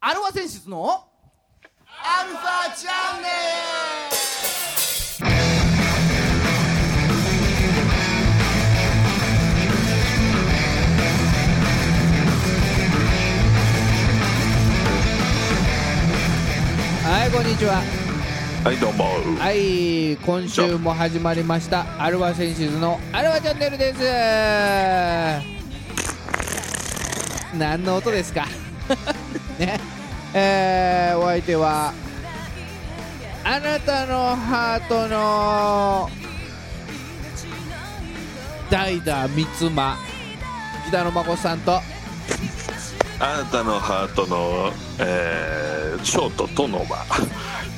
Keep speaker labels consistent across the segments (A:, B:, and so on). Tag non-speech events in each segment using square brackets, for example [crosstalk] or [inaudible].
A: アルファ選出のアルファチャンネ
B: はいこんにちは
C: はいどうも、
B: はい今週も始まりましたアルファセンシズのアルファチャンネルです何の音ですか [laughs] ねえーお相手はあなたのハートの代打三つ間北野誠さんと
C: あなたのハートの、えー、ショートトノマ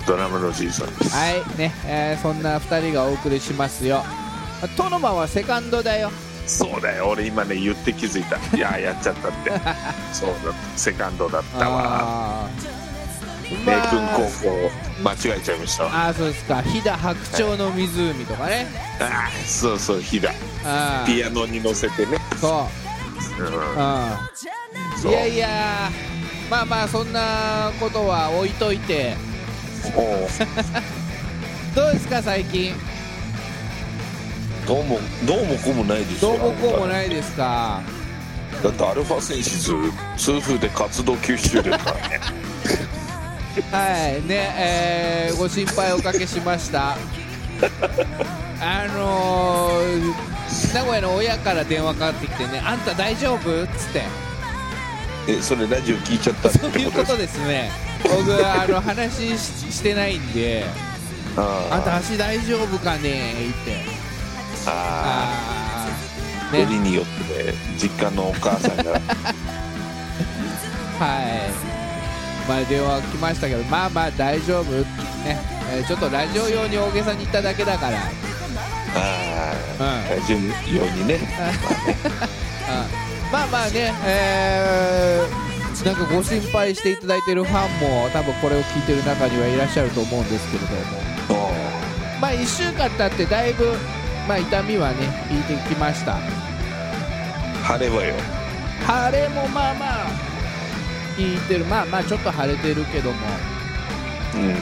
C: ドラムのじいさんです
B: はいね、えーそんな2人がお送りしますよトノマはセカンドだよ
C: そうだよ俺今ね言って気づい
B: [laughs]
C: たいややっちゃったってそうだセカンドだったわ
B: あー
C: 名
B: ま
C: 君
B: あ
C: 高校間違えちゃいましたわ
B: あーそうですか飛騨白鳥の湖とかね、
C: あーそうそうひだ
B: あ
C: ピアノに乗せてね、
B: あそう
C: う
B: あ
C: ん、
B: あ
C: そう
B: いやいやまあまあそんなことは置いといて
C: おう
B: どうですか最近
C: どうもどうもこうもないです
B: どう
C: よ
B: もこうも
C: い
B: ないですか
C: だってアルファ選手痛風で活動休止中ですから
B: [laughs]
C: ね
B: はいねえーご心配おかけしましたあのー名古屋の親から電話かかってきてね「あんた大丈夫?」っつって
C: えそれラジオ聞いちゃったって
B: そう
C: ことで
B: いう
C: す
B: ことですね僕あの話ししてないんで「あんた
C: あ
B: 足大丈夫かね?」って
C: ーあ
B: ああ
C: ー、よ
B: ね
C: りによってね実家のお母さん
B: [laughs]
C: が
B: はいまあ電話来ましたけどまあまあ大丈夫ね、えーちょっとラジオ用に大げさに言っただけだから
C: あ
B: うん
C: ー大丈夫ようにね
B: まあまあね、えーなんかご心配していただいてるファンも多分これを聞いてる中にはいらっしゃると思うんですけれども
C: お
B: まあ1週間経ってだいぶ、まあ、痛みはね引いてきました
C: 晴れはよ
B: 腫れもまあまあ引いてるまあまあちょっと腫れてるけども
C: うん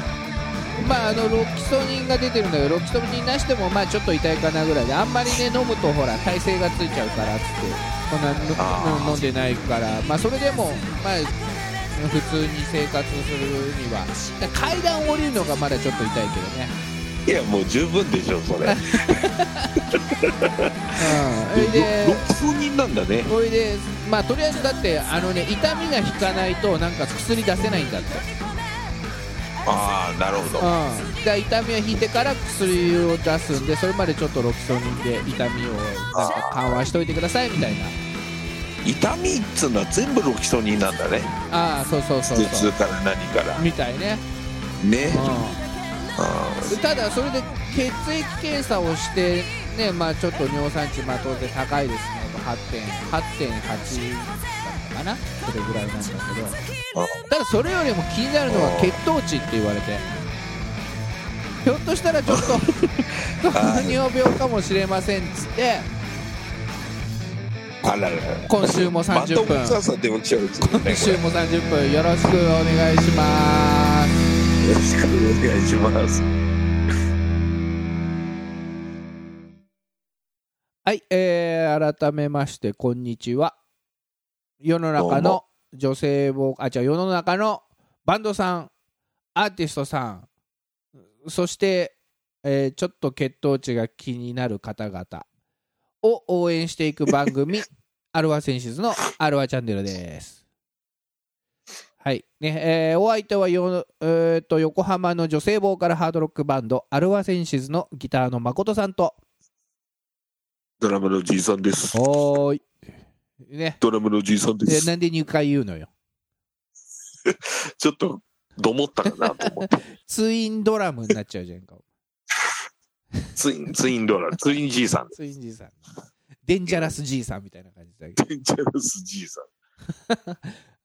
B: まああのロキソニンが出てるんだけどロキソニンなしでもまあちょっと痛いかなぐらいであんまりね飲むとほら耐性がついちゃうからっつってそんな
C: あ
B: の
C: ー
B: 飲んでないからまあそれでもまあ普通に生活するにはだから階段降りるのがまだちょっと痛いけどね
C: いやもう十分でしょそれ
B: うんそれで
C: 6本人なんだね
B: それでまあとりあえずだってあのね痛みが引かないとなんか薬出せないんだって
C: ああなるほど
B: うん、だ痛みを引いてから薬を出すんでそれまでちょっとロキソニンで痛みをなんか緩和しといてくださいみたいな
C: 痛みっつうのは全部ロキソニンなんだね
B: ああそうそうそう
C: 頭
B: そう
C: 痛から何から
B: みたいね、
C: ね
B: う
C: あ
B: ん、でただそれで血液検査をしてねまあちょっと尿酸値まあ当然高いですね8.8だったかなそれぐらいなんだけど
C: ーあ
B: ただそれよりも気になるのは血糖値って言われてひょっとしたらちょ [laughs] っと糖尿病かもしれませんっつって
C: ーあららら
B: 今週も
C: また
B: 30
C: お
B: 分
C: 母さん電話来ちゃうやつだね
B: 今週も30分よろしくお願いします
C: これよろしくお願いします
B: はいえー、改めましてこんにちは世の中
C: どう
B: の女性ボーあ違う世の中のバンドさんアーティストさんそして、えーちょっと血糖値が気になる方々を応援していく番
C: [laughs]
B: 組アルワセンシズのアルワチャンネルですはいねえーお相手はよ、えーと横浜の女性ボーカルハードロックバンドアルワセンシズのギターの誠さんと
C: ドラムのじいさんです
B: おーいね
C: ドラムのじいさんで
B: ですなんで2回言うのよ
C: ちょっとどもったかなと思って
B: ツインドラムになっちゃうじゃん [laughs] か
C: ツイン、ツインドラ、
B: [laughs]
C: ツインじいさん。
B: ツインじいさんデンジャラスじいさんみたいな感じだけど
C: デンジャラスじいさん。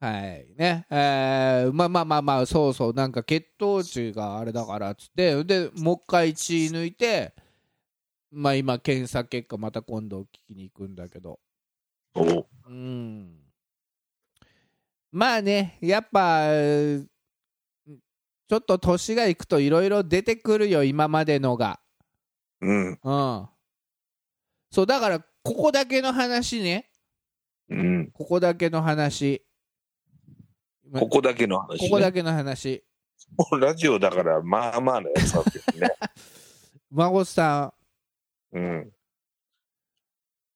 B: はいねえーまあまあまあまあそうそうなんか血糖値があれだからっつってでもう一回血抜いてまあ今検査結果また今度聞きに行くんだけど
C: おう
B: うんまあねやっぱうんちょっと年がいくといろいろ出てくるよ今までのが
C: うん
B: うんそうだからここだけの話ね
C: うん
B: ここだけの話ま
C: ここだけの話、ね、
B: ここだけの話
C: もうラジオだからまあまあなやつなんだけ
B: [laughs]
C: どね、
B: 孫さん
C: うん、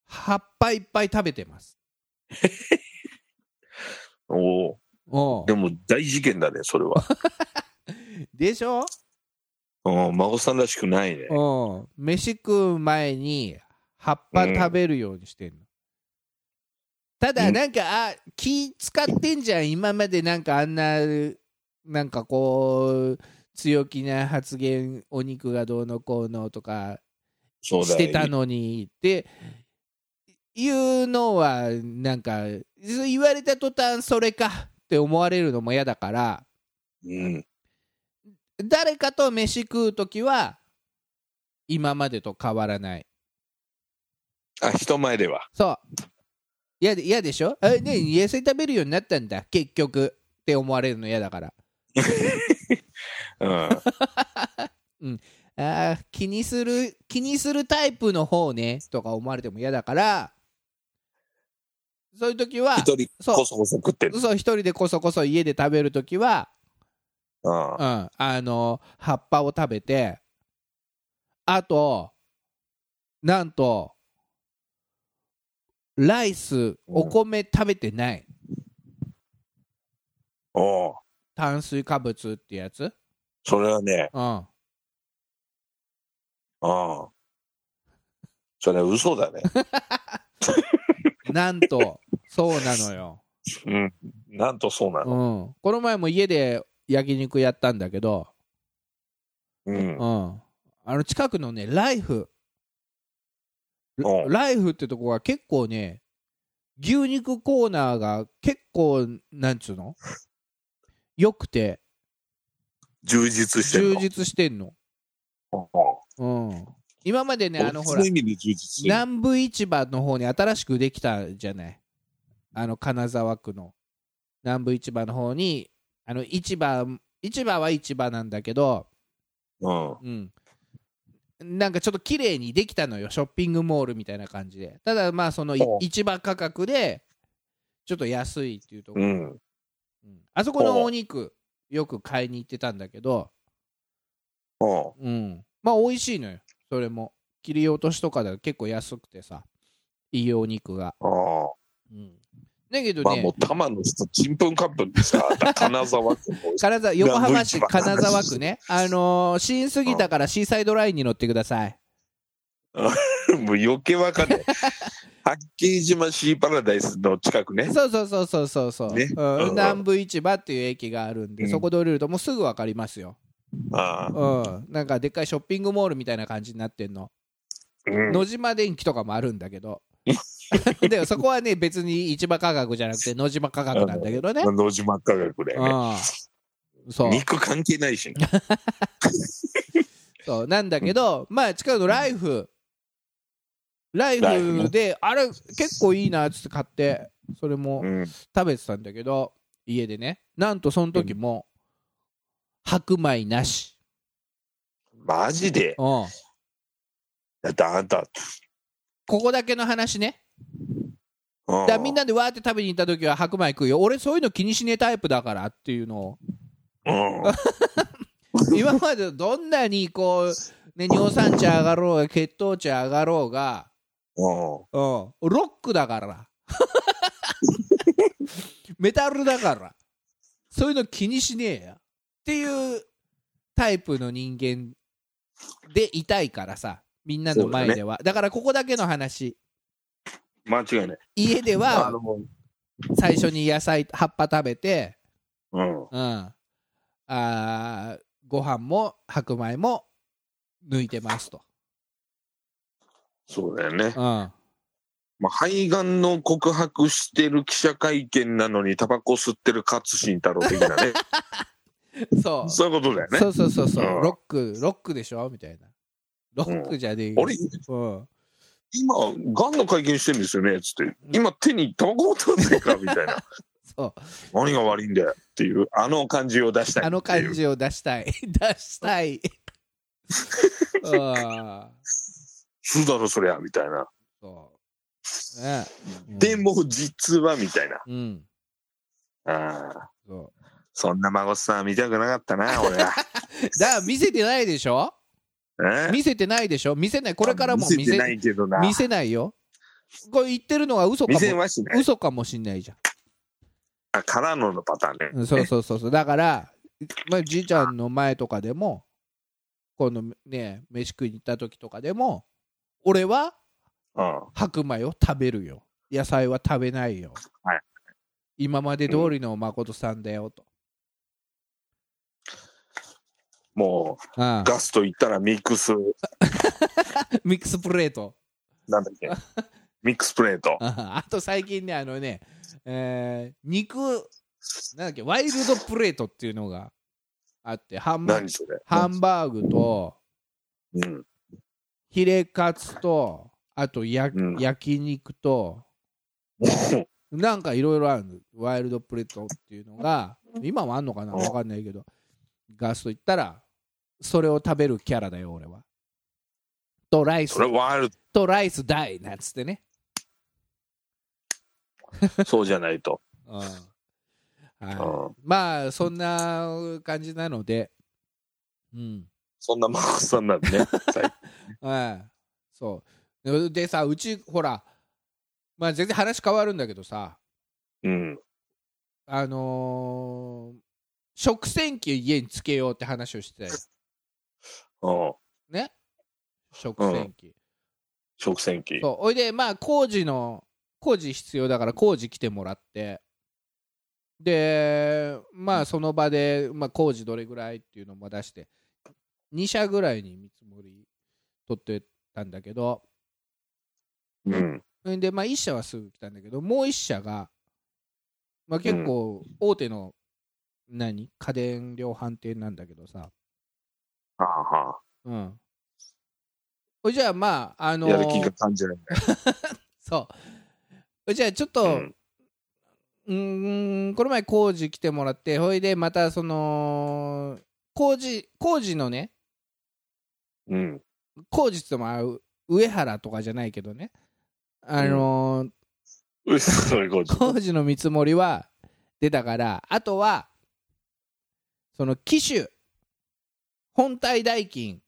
B: 葉っぱいっぱい食べてます
C: おお
B: おう
C: でも大事件だねそれは
B: でしょ
C: うん孫さんらしくないね
B: うん飯食う前に葉っぱ食べるようにしてんの、ただ
C: うん
B: なんかあ気使ってんじゃん今までなんかあんななんかこう強気な発言お肉がどうのこうのとか
C: そうだよ
B: してたのにっていうのはなんかそう言われた途端それかって思われるのも嫌だから
C: うん
B: 誰かと飯食う時は今までと変わらない
C: あ人前では
B: そう嫌で嫌でしょあね野菜食べるようになったんだ結局って思われるの嫌だから
C: うん
B: [laughs] あー気にする気にするタイプの方ねとか思われても嫌だからそういう時は
C: 一人
B: そう
C: こそこそ食ってる
B: そう一人でこそこそ家で食べる時は、
C: うん
B: うん、あの葉っぱを食べてあとなんとライスお米食べてない、
C: おう
B: 炭水化物ってやつ
C: それはね
B: うん
C: うんそれは嘘
B: [laughs]
C: だね
B: なんとそうなのよ、
C: うんなんとそうな
B: う
C: の
B: ん、この前も家で焼肉やったんだけど、
C: うん
B: うん、あの近くのねライフ
C: うん
B: ライフってとこが結構ね牛肉コーナーが結構なんつうのよくて
C: 充実してる
B: 充
C: の
B: 実してんの、
C: う
B: うん、今までね
C: ん
B: あのほら
C: そういう意味で充実してる
B: 南部市場の方に新しくできたじゃないあの金沢区の南部市場の方にあの市場市場は市場なんだけど、
C: うん
B: うん、なんかちょっと綺麗にできたのよショッピングモールみたいな感じでただまあそのい
C: ほう
B: 市場価格でちょっと安いっていうところ、
C: うん
B: うんあそこのお肉よく買いに行ってたんだけど、
C: うん
B: うん、まあ美味しいのよそれも切り落としとかで結構安くてさいいお肉が
C: うん
B: うん、だけど
C: まあ
B: ね、
C: もう多摩の人ちんぷんかんぷんでさ
B: [laughs]
C: 金沢区の
B: 金沢横浜市
C: 南部市場
B: 金沢区ね、あのー新杉田からシーサイドラインに乗ってください。
C: もう余計わかんない八景島シーパラダイスの近くね
B: そうそうそうそうそうそう、
C: ね
B: うん
C: うん
B: 南部市場っていう駅があるんで、
C: うん
B: そこで降りるともうすぐ分かりますよ、
C: ああ
B: うん、なんかでっかいショッピングモールみたいな感じになってんの、
C: うん
B: 野島電機とかもあるんだけ [laughs] どでもそこはね別に市場価格じゃなくて野島価格なんだけどね、
C: 野島科学だよね
B: うん、そう
C: 肉関係な
B: [laughs]
C: いしね
B: そうなんだけど、まあ近くのライフ、ライ
C: ライフ
B: フ
C: ね
B: で、あれ結構いいなっつって買ってそれも
C: うん
B: 食べてたんだけど家でねなんとその時も、白米なし
C: マジで
B: うん
C: だってあんた
B: ここだけの話ね
C: う
B: だからみんなでわーって食べに行った時は白米食うよ俺そういうの気にしねえタイプだからっていうのを
C: うん
B: 今までどんなにこう、ね、尿酸値上がろうが血糖値上がろうが
C: うん
B: うん、ロックだから。 [laughs] メタルだから。そういうの気にしねえや。っていうタイプの人間でいたいからさ、みんなの前では。だからここだけの話。
C: 間違いない
B: 家で
C: あ
B: は
C: のもう
B: 最初に野菜、葉っぱ食べて、
C: うん
B: うん。あーご飯も白米も抜いてますと。
C: そうだよね
B: うん。
C: まあ肺がんの告白してる記者会見なのにタバコ吸ってる勝新太郎的なね
B: [laughs] そう。
C: そういうことだよね
B: そうそうそうそう、
C: うん
B: ロック、ロックでしょみたいな。ロックじゃねえよ。
C: 俺
B: うん [laughs]
C: 今、がんの会見してるんですよね、つって。今、手にタバコ持ってませんかみたいな。
B: そう
C: 何が悪いんだよっていうあの感じを出したい
B: あの
C: っていう
B: 感じを出した [laughs] い出したいああ
C: そうだろそりゃみたいな、
B: そうねうん
C: でも実はみたいな
B: うん
C: あー
B: そ
C: そんな孫さん見たくなかった
B: [laughs]
C: な俺
B: うだ
C: は、
B: から見せてないでしょ
C: え
B: 見せてないでしょ見せないこれからも見
C: 見せ
B: せ
C: てないけどな
B: 見せないよこれ言ってるのは嘘か
C: 見せ
B: も
C: はしない
B: 嘘かもしんないじゃん
C: あからののパターンね、
B: うんそうそうそうそうだから、まあ、じいちゃんの前とかでもこのね飯食いに行った時とかでも俺は
C: うん
B: 白米を食べるよ野菜は食べないよ、
C: はい
B: 今まで通りの誠さんだよと、
C: もう
B: ああ
C: ガスと言ったらミックス
B: [laughs] ミックスプレート
C: なんだっ
B: [laughs]
C: けミックスプレート
B: あああと最近ねあのね、えー肉なんだっけワイルドプレートっていうのがあってハンバ
C: 何それ
B: ハンバーグと
C: うん
B: ヒレカツとあとや、
C: うん
B: 焼肉
C: [laughs]
B: となんかいろいろあるのワイルドプレートっていうのが今はあんのかな
C: うん
B: わかんないけどガスと言ったらそれを食べるキャラだよ俺はとライス
C: それワイル
B: とライス大なんつってね、
C: ドそうじゃないと
B: うんは
C: う
B: い、まあそんな感じなのでうん
C: そんなマコさんなんでね最
B: はいそうでさうちほらまあ全然話変わるんだけどさ
C: うん
B: あのー食洗機家につけようって話をしてたよ
C: うん
B: ね食洗機、
C: 食洗機
B: そうおいでまあ工事の工事必要だから工事来てもらってでまあその場で、まあ、工事どれぐらいっていうのも出して2社ぐらいに見積もり取ってたんだけど
C: うん
B: それでまあ1社はすぐ来たんだけどもう1社が、まあ、結構大手の、何家電量販店なんだけどさ
C: はあは
B: うんおいじゃあまああ
C: あ
B: のー
C: やる気が感じられない
B: そうじゃあちょっと、
C: うん
B: うーんこの前工事来てもらってほいでまたその工事工事のね
C: うん
B: 工事ともあう上原とかじゃないけどねあのー
C: うっそういうこと
B: 工事の見積もりは出たからあとはその機種本体代金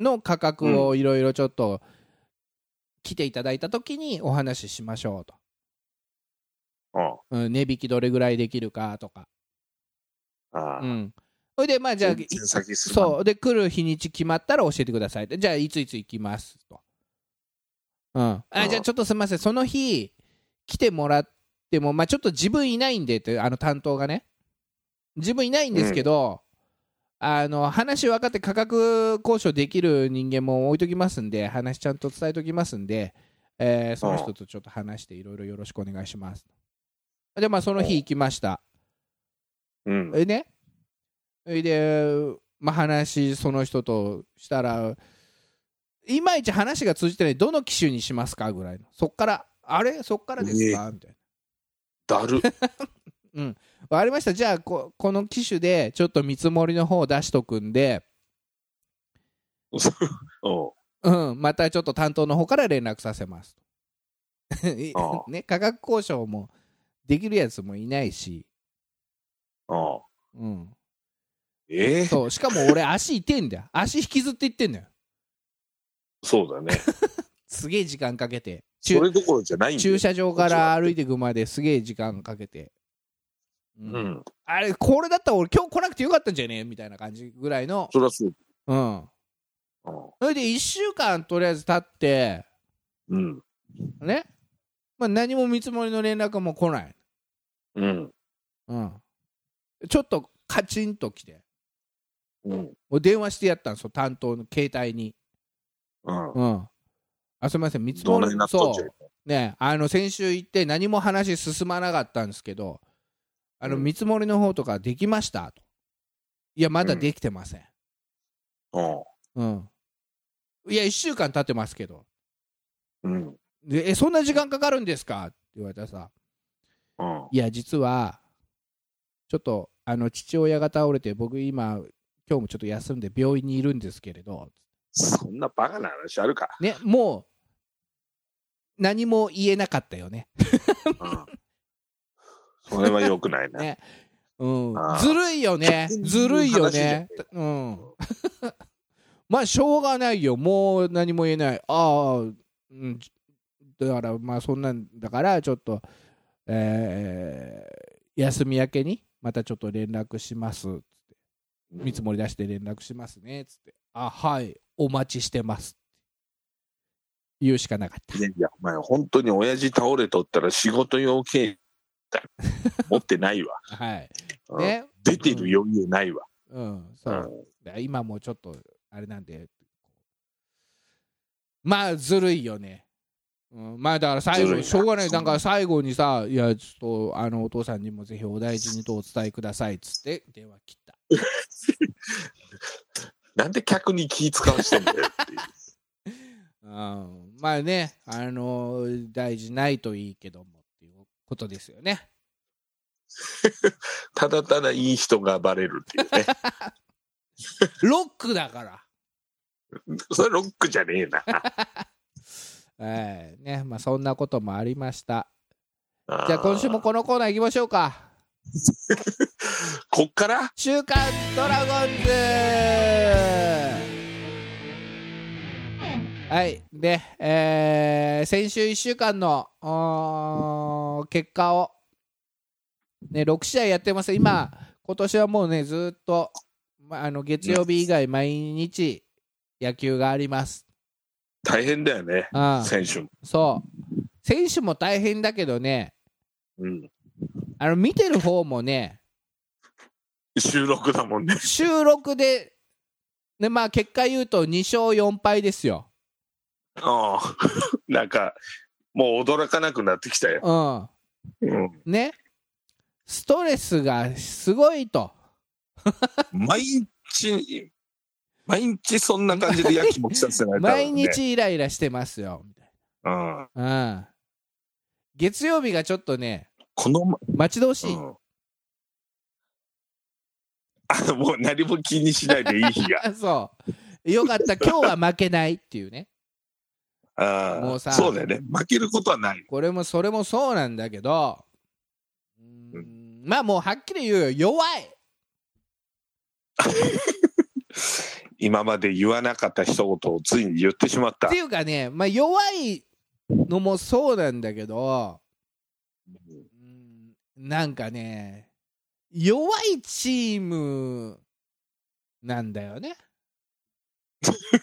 B: の価格をいろいろちょっと来ていただいた時にお話ししましょうと、
C: うん
B: うん、値引きどれぐらいできるかとか
C: あ
B: [laughs] う
C: あ
B: んそれでまあじゃあ
C: 全然先進まん
B: そうで来る日にち決まったら教えてくださいじゃあいついつ行きますと、うん、あ
C: うん
B: じゃあちょっとすみませんその日来てもらっても、まあ、ちょっと自分いないんでってあの担当がね自分いないんですけど、あの話分かって価格交渉できる人間も置いときますんで話ちゃんと伝えときますんで、えーその人とちょっと話していろいろよろしくお願いしますでまあその日行きました
C: うん
B: えねえで、まあ、話その人としたらいまいち話が通じてないどの機種にしますかぐらいのそっからあれそっからですかみたいな
C: だる [laughs]
B: 「わかりましたじゃあここの機種でちょっと見積もりの方を出しとくんで、
C: うん
B: うん、またちょっと担当の方から連絡させます」
C: あ
B: [laughs] ね価格交渉もできるやつもいないし、
C: うん
B: うん、
C: ええ
B: そうしかも俺足痛いんだよ足引きずっていってんだよ
C: そうだ
B: [laughs]
C: ね
B: すげえ時間かけて
C: それどころじゃないんだよ
B: 駐車場から歩いていくまですげえ時間かけて、う
C: うんん
B: あれこれだったら俺今日来なくてよかったんじゃねみたいな感じぐらいの
C: そりゃそう
B: うんそれで1週間とりあえず経って
C: うん
B: ね、まあ、何も見積もりの連絡も来ない、
C: うん
B: うん、ちょっとカチンと来て
C: うん
B: もう電話してやったんですよ担当の携帯に、
C: うん
B: うん、あすみません見積
C: ど
B: も
C: んな
B: り
C: になっと
B: そ
C: っちゃ
B: う
C: い
B: ね、あの先週行って何も話進まなかったんですけどあの
C: うん
B: 見積もりの方とかできましたといやまだできてません、うんいや1週間経ってますけど
C: うんうん
B: でえそんな時間かかるんですかって言われたらさ
C: うん
B: いや実はちょっとあの父親が倒れて僕今今日もちょっと休んで病院にいるんですけれど、
C: そんなバカな話あるか、
B: ね、もう何も言えなかったよね。 [laughs]
C: うん、それはよくないな、
B: ねうん
C: あ、ー
B: ずるいよ
C: [laughs]
B: ね
C: 勝手に
B: ずるいよね
C: 言、
B: うん、 [laughs] まあしょうがないよもう何も言えないああ、うん、だからまあそんなんだからちょっと、えー休み明けにまたちょっと連絡します見積もり出して連絡しますねつってあはいお待ちしてます言うしかなかった
C: いやいや、お前、本当に親父倒れとったら仕事用
B: [laughs]
C: 経済持ってないわ。
B: はい
C: うん
B: ね
C: 出てる余裕ないわ。
B: うん
C: う、
B: そうんで今もうちょっとあれなんでまあずるいよね、うん、まあだから最
C: ずるい
B: 後
C: な
B: しょうがない
C: そ
B: なんん
C: な
B: か最後にさ「いやちょっとあのお父さんにもぜひお大事にとお伝えください」っつって電話切った
C: なんで客に気使わしてんだよっていう。
B: うん、まあねあの大事ないといいけどもっていうことですよね
C: ただただいい人がバレるっていうね。
B: [laughs] ロックだから
C: それロックじゃね
B: [laughs]
C: えな。
B: ええねまあそんなこともありました
C: あ
B: じゃあ今週もこのコーナー行きましょうか
C: こっから
B: 週刊ドラゴンズはいで、えー先週1週間のおー結果を、ね、6試合やってます今今年はもうねずっと、ま、あの月曜日以外毎日野球があります、
C: 大変だよね。
B: うん、
C: 選手も。
B: そう選手も大変だけどね
C: うん。
B: あの見てる方もね
C: 収録だもんね。
B: 収録で、ねまあ、結果言うと2勝4敗ですよ。
C: うん。 [laughs] なんか、もう驚かなくなってきたよ。
B: うん、
C: うん。
B: ねストレスがすごいと。
C: 毎日、毎日そんな感じでやきもきさせられた、ね。
B: 毎。日イライラしてますよ。みたい
C: うん。
B: なうん、月曜日がちょっとね、
C: このま、
B: 待ち遠しい。
C: うん。あもう何も気にしないでいい日
B: [laughs]
C: が。
B: あそう。よかった、今日は負けないっていうね。
C: あ
B: もうさ
C: そうだよね。負けることはない。
B: これもそれもそうなんだけど、うーんまあもうはっきり言うよ、弱い。
C: 今まで言わなかった一言をついに言ってしまった
B: って。いうかね、まあ、弱いのもそうなんだけど、うんなんかね弱いチームなんだよね。
C: [laughs]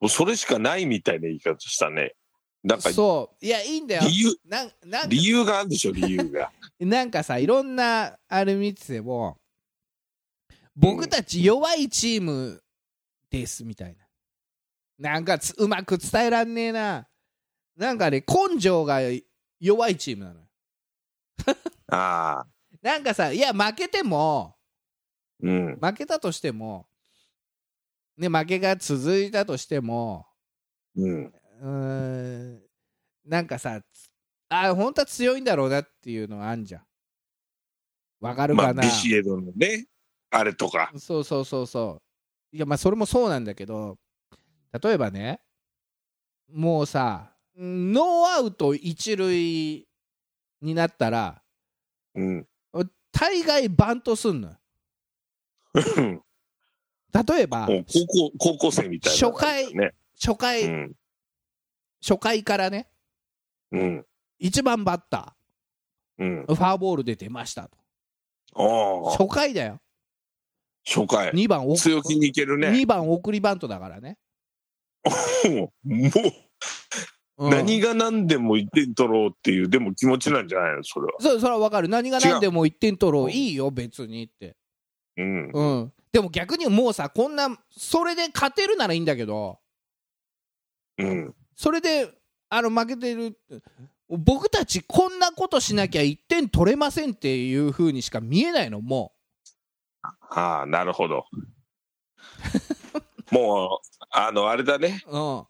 C: もうそれしかないみたいな言い方したね。なんか
B: そういやいいんだよ
C: 理由、
B: なんなん
C: 理由があるんでしょ、理由が。 [laughs]
B: なんかさいろんなあれ見てても僕たち弱いチームですみたいななんかつうまく伝えらんねえななんかね根性が弱いチームなのよ
C: ああ。
B: なんかさいや負けても
C: うん。
B: 負けたとしても、ね、負けが続いたとしても、
C: うん。
B: うーん、なんかさ、つあ本当は強いんだろうなっていうのはあんじゃん。わかる
C: ま
B: か
C: あ、
B: な、
C: ビシエドのね、あれとか。
B: そうそうそうそう。いや、まあ、それもそうなんだけど、例えばね、もうさ、ノーアウト一塁になったら、 [laughs]
C: うん。
B: 大概バントすんのよ。例えば、
C: もう高校、高校生みたいな、
B: 初回
C: ね。
B: 初回、
C: うん。
B: 初回からね、
C: うん。
B: 1番バッタ
C: うん。
B: ー、フォアボールで出ましたと。
C: ああ。
B: 初回だよ。
C: 初回。
B: 2番お、
C: 強気にいけるね。
B: 二番送りバントだからね。
C: もう、も
B: う
C: うん何が何でも1点取ろうっていう、でも気持ちなんじゃないの、それは。
B: そうそれは分かる。何が何でも1点取ろ
C: 違う
B: う。いいよ、別にって。
C: うん。
B: うん。でも逆にもうさ、こんな、それで勝てるならいいんだけど、
C: うん。
B: それで、あの、負けてる。僕たちこんなことしなきゃ1点取れませんっていう風にしか見えないの、も
C: ああ、なるほど。 [laughs] もう、あの、あれだね。
B: う。うん。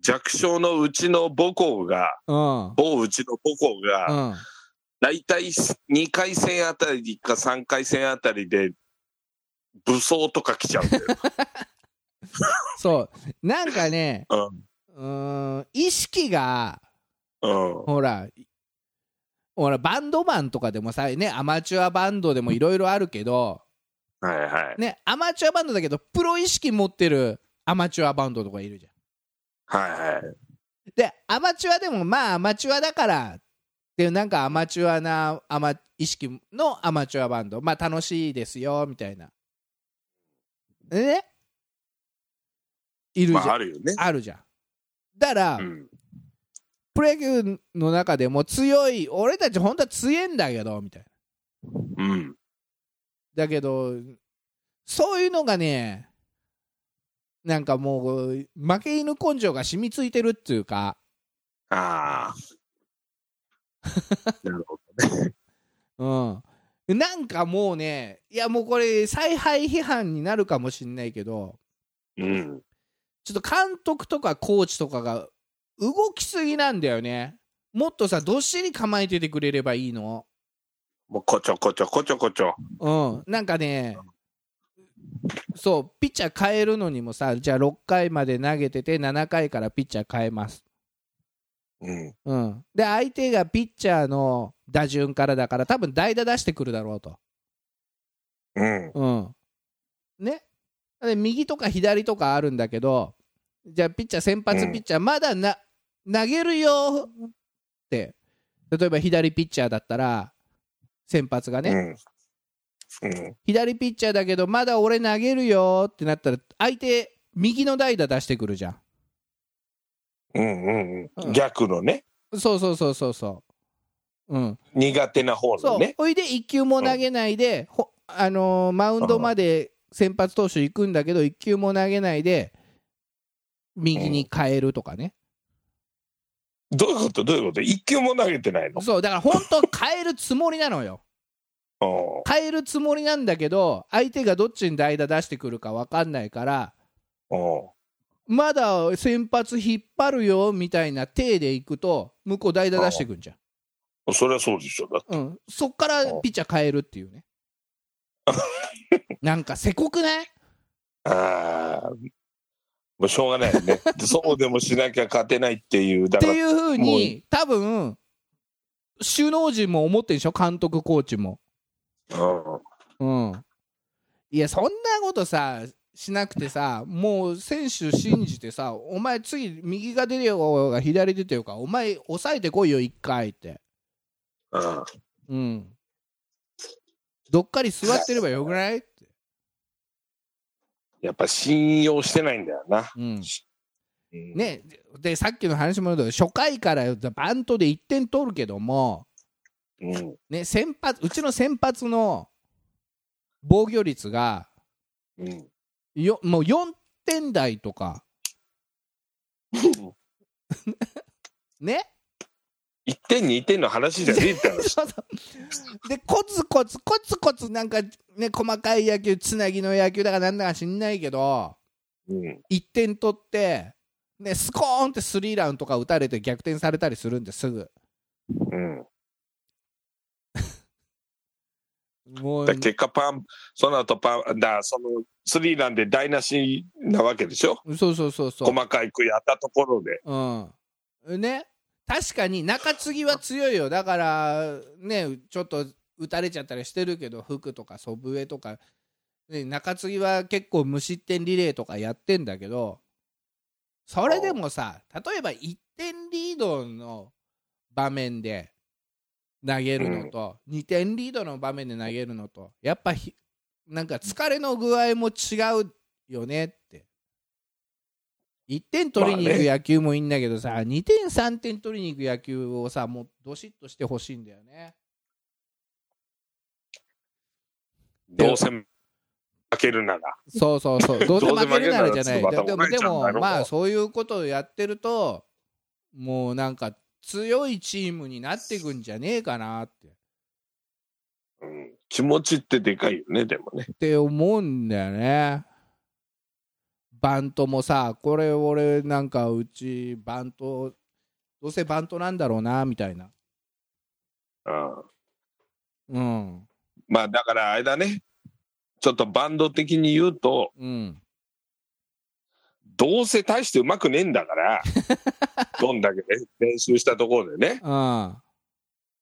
C: 弱小のうちの母校が、
B: うん
C: 某うちの母校
B: う
C: が、
B: ん
C: 大体2回戦あたりか3回戦あたりで、武装とか来ちゃうん
B: [laughs]
C: だよ。
B: そうなんかね
C: うん
B: うーん意識が
C: うん。
B: ほらほらバンドマンとかでもさねアマチュアバンドでもいろいろあるけど
C: はいはい。
B: ねアマチュアバンドだけどプロ意識持ってるアマチュアバンドとかいるじゃん
C: はいはい。
B: でアマチュアでもまあアマチュアだからっていうなんかアマチュアなアマ意識のアマチュアバンドまあ楽しいですよみたいなでねいるじ
C: ま
B: ゃん、
C: あ、
B: あ
C: あるよね
B: る。じゃんだから、
C: うん。
B: プロ野球の中でも強い俺たち本当は強えんだけどみたいな
C: うん。
B: だけどそういうのがねなんかもう負け犬根性が染みついてるっていうか [laughs]
C: ああ。なるほ
B: うん、なんかもうねいやもうこれ采配批判になるかもしんないけど
C: ど。うん。
B: ちょっと監督とかコーチとかが動きすぎなんだよねもっとさどっしり構えててくれればいいの
C: もうこちょこちょこちょこちょ。
B: うんなんかねそうピッチャー変えるのにもさじゃあ6回まで投げてて7回からピッチャー変えます
C: うん。
B: うんで相手がピッチャーの打順からだから多分代打出してくるだろうと
C: うん。
B: うん。ね。で右とか左とかあるんだけど、じゃあピッチャー、先発
C: うん
B: ピッチャー、まだな投げるよって、例えば左ピッチャーだったら、先発がね、
C: うん。うん。
B: 左ピッチャーだけど、まだ俺投げるよってなったら、相手、右の代打出してくるじゃ
C: うんうん
B: う
C: うんん。逆のね。
B: ん。そうそうそうそうそう。うん。
C: 苦手な方
B: そ
C: の
B: う、
C: ね。
B: ほいで1球も投げないで、ほあのーマウンドまで先発投手行くんだけど1球も投げないで右に変えるとかね、
C: どういうことどういうこと一球も投げてないの
B: そうだから本当変えるつもりなのよ [laughs]
C: う
B: 変えるつもりなんだけど相手がどっちに代打出してくるか分かんないから
C: ん。うん。
B: まだ先発引っ張るよみたいな体で行くと向こう代打出してくんじゃん、
C: それはそうでしょ。だって
B: うん、そっからピッチャー変えるっていうねなんかせこくない
C: ああ。もうしょうがないよ
B: [laughs]
C: ね。でそうでもしなきゃ勝てないっていう。だ
B: って
C: から
B: い、うふう
C: もう
B: に多分首脳陣も思ってるでしょ監督コーチも
C: うん
B: うんいやそんなことさしなくてさもう選手信じてさお前次右が出てようが左出てようがお前抑えてこいよ一回って
C: うん。
B: うんどっかり座ってればよくないって
C: やっぱ信用してないんだよな。
B: うん
C: うん。
B: ねでさっきの話もあるけど初回からバントで1点取るけども
C: うん。
B: ね、先発うちの先発の防御率が
C: うん。
B: よもう4点台とかね
C: 1点2点の話じゃねえって話。
B: そうそうでコツコツコツコツなんかね細かい野球つなぎの野球だからなんだか知んないけど
C: うん。
B: 1点取って、ね、スコーンってスリーラウンドとか打たれて逆転されたりするんですぐ
C: うん。
B: もう
C: だから結果パン、その後パン、だそのスリーランで台無しなわけでしょ
B: そうそうそうそう
C: 細かい食いあったところで。
B: うん、ね確かに中継ぎは強いよだからねちょっと打たれちゃったりしてるけど福とか祖父江とか、ね、中継ぎは結構無失点リレーとかやってんだけどそれでもさ例えば1点リードの場面で投げるのと、2点リードの場面で投げるのとやっぱひなんか疲れの具合も違うよねって1点取りに行
C: まあ
B: く
C: ね
B: 野球もいいんだけどさ、2点3点取りに行く野球をさもうどしっとしてほしいんだよ
C: [laughs]
B: ね
C: どうせ負けるなら。
B: そうそうそうどうせ負けるならじゃない
C: どう
B: で
C: せ負け
B: で
C: る
B: も
C: なら
B: でも
C: ちょっとまたお前ちゃんだろう
B: まあそういうことをやってるともうなんか強いチームになってくんじゃねえかなって
C: うん、気持ちってでかいよね、でもね
B: っ。て思うんだよね。バントもさこれ俺なんかうちバントどうせバントなんだろうなみたいな
C: うん、
B: うん
C: まあだからあれだねちょっとバンド的に言うと
B: うん
C: どうせ大してうまくねえんだから [laughs] どんだけね練習したところでね
B: あ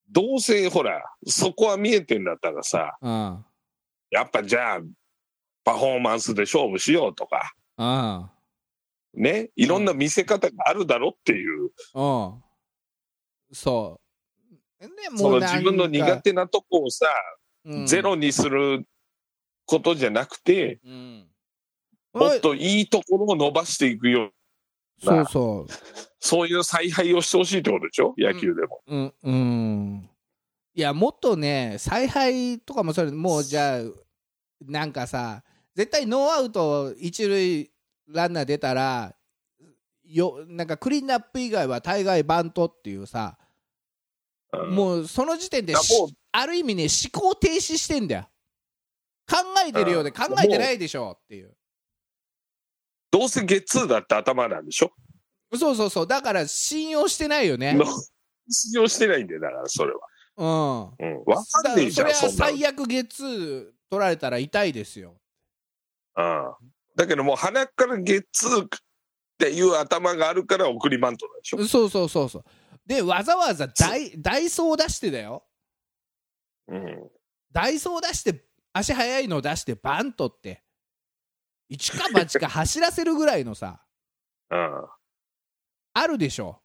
C: どうせほらそこは見えてんだったらさ
B: ああ
C: やっぱじゃあパフォーマンスで勝負しようとか
B: あ
C: ねいろんな見せ方があるだろっていう、
B: あそうね
C: その
B: なんか
C: 自分の苦手なとこをさ、
B: うん
C: ゼロにすることじゃなくて、
B: うん
C: もっといいところを伸ばしていくよう
B: そうそう
C: そういう采配をしてほしいってことでしょ野球でも、
B: うん、うん、いやもっとね采配とかもそれもうじゃあなんかさ絶対ノーアウト一塁ランナー出たらよなんかクリーンナップ以外は大概バントっていうさ、
C: うん
B: もうその時点で
C: だからもう
B: しある意味ね思考停止してんだよ考えてるようで
C: うん
B: 考えてないでしょっていう
C: どうせゲッツーだって頭なんでしょ、
B: そうそうそうだから信用してないよね
C: の信用してないんだよだからそれは、
B: うん
C: うん、分かんねえじゃん
B: だから
C: そん
B: そ
C: な
B: れ
C: の
B: は最悪ゲッツー取られたら痛いですよ
C: うん、だけどもう鼻からゲッツーっていう頭があるから送りバントなんでしょ、
B: そうそうそうそうでわざわざダイダイソー出してだよ
C: うん、
B: ダイソー出して足速いのを出してバントって一か八か走らせるぐらいのさあるでしょ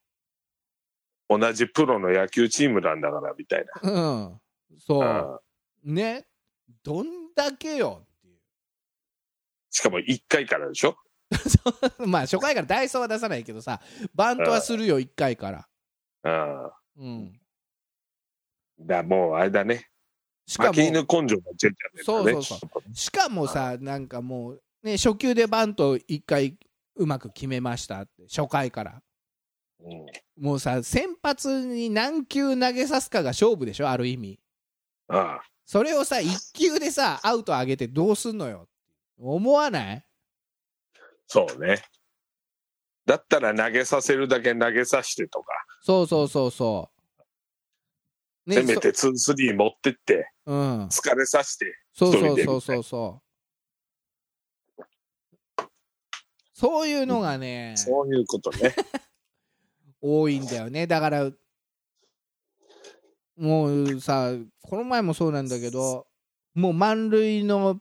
C: うん、同じプロの野球チームなんだからみたい
B: うん
C: な、
B: そ
C: うん
B: う、ねどんだけよってい
C: しかも1回からでしょ
B: う [laughs] まあ初回からダイソーは出さないけどさバントはするよ1回から
C: うん
B: うん
C: だもうあれだね
B: しか
C: 負
B: も
C: け犬根性が出ちゃうんだ
B: そ
C: よね
B: うそうしかもさなんかもうね初球でバント1回うまく決めましたって初回から
C: うん
B: もうさ先発に何球投げさすかが勝負でしょある意味
C: ああ
B: それをさ1球でさアウト上げてどうすんのよ思わない
C: そうねだったら投げさせるだけ投げさせてとか、
B: そうそうそうそう
C: せめてツースリー持ってって
B: そうん
C: 疲れさせて
B: そうそ
C: 一人
B: う
C: で
B: そうそうそうそういうのがね
C: そういうことね
B: [laughs] 多いんだよねだからもうさこの前もそうなんだけどもう満塁の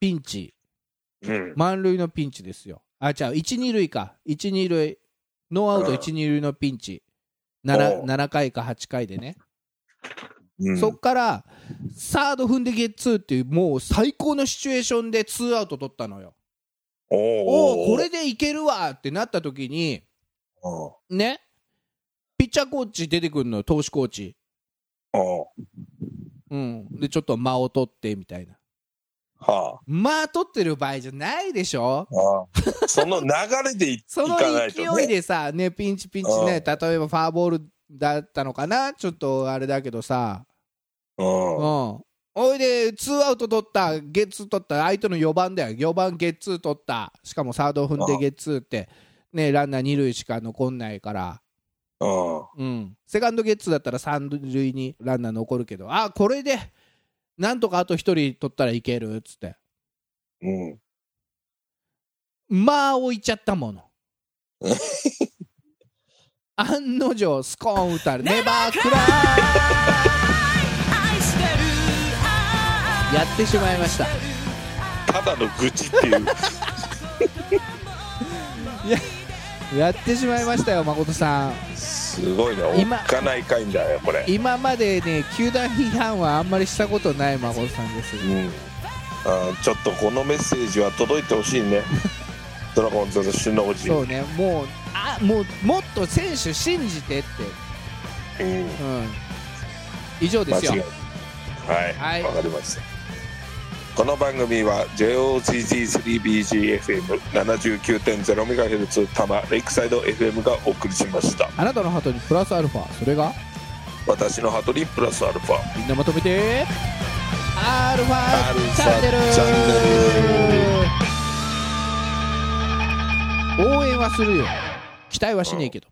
B: ピンチ
C: うん
B: 満塁のピンチですよあじゃあ12塁か12塁ノーアウト
C: うん
B: 12塁のピンチ 7,
C: おう
B: 7回か8回でね、
C: うん
B: そっからサード踏んでゲッツーっていうもう最高のシチュエーションでツーアウト取ったのよ
C: お
B: おお
C: お
B: これでいけるわってなった時に
C: お
B: ねピッチャーコーチ出てくるのよ投手コーチ
C: お
B: うん、でちょっと間を取ってみたいな
C: は
B: 間取ってる場合じゃないでしょ
C: あああ
B: [laughs]
C: その流れでいい
B: その
C: かないと
B: 勢い
C: ね
B: でさねピンチピンチね例えばファーボールだったのかなちょっとあれだけどさ
C: うん
B: うんおいでツーアウト取ったゲッツー取った相手の4番だよ4番ゲッツー取ったしかもサード踏ん
C: う
B: で
C: ん
B: ゲッツーってねランナー2塁しか残んないから
C: うん
B: うん、セカンドゲッツーだったら三塁にランナー残るけどあこれでなんとかあと1人取ったらいけるっつって
C: うん
B: まあ置いちゃったもの案の定スコーン打たれネバークライやってしまいました
C: ただの愚痴っていう
B: やってしまいましたよ誠さん
C: すごいなおっ
B: 今
C: かないかいんだよこれ
B: 今までね球団批判はあんまりしたことない誠さんです
C: うん、あーちょっとこのメッセージは届いてほしい
B: [laughs]
C: ねドラゴンズの首脳陣
B: そうねもうあもうもっと選手信じてって
C: うん、
B: うん以上で
C: 間
B: すよ
C: 違いないは
B: はい
C: いわ、かりましたこの番組は JOCC3BGFM79.0MHz 多摩レイクサイド FM がお送りしました
B: あなたのハートにプラスアルファそれが
C: 私のハートにプラスアルファ
B: みんなまとめてアルファチャンネル
C: アルファチャンネル
B: 応援はするよ期待はしねえけど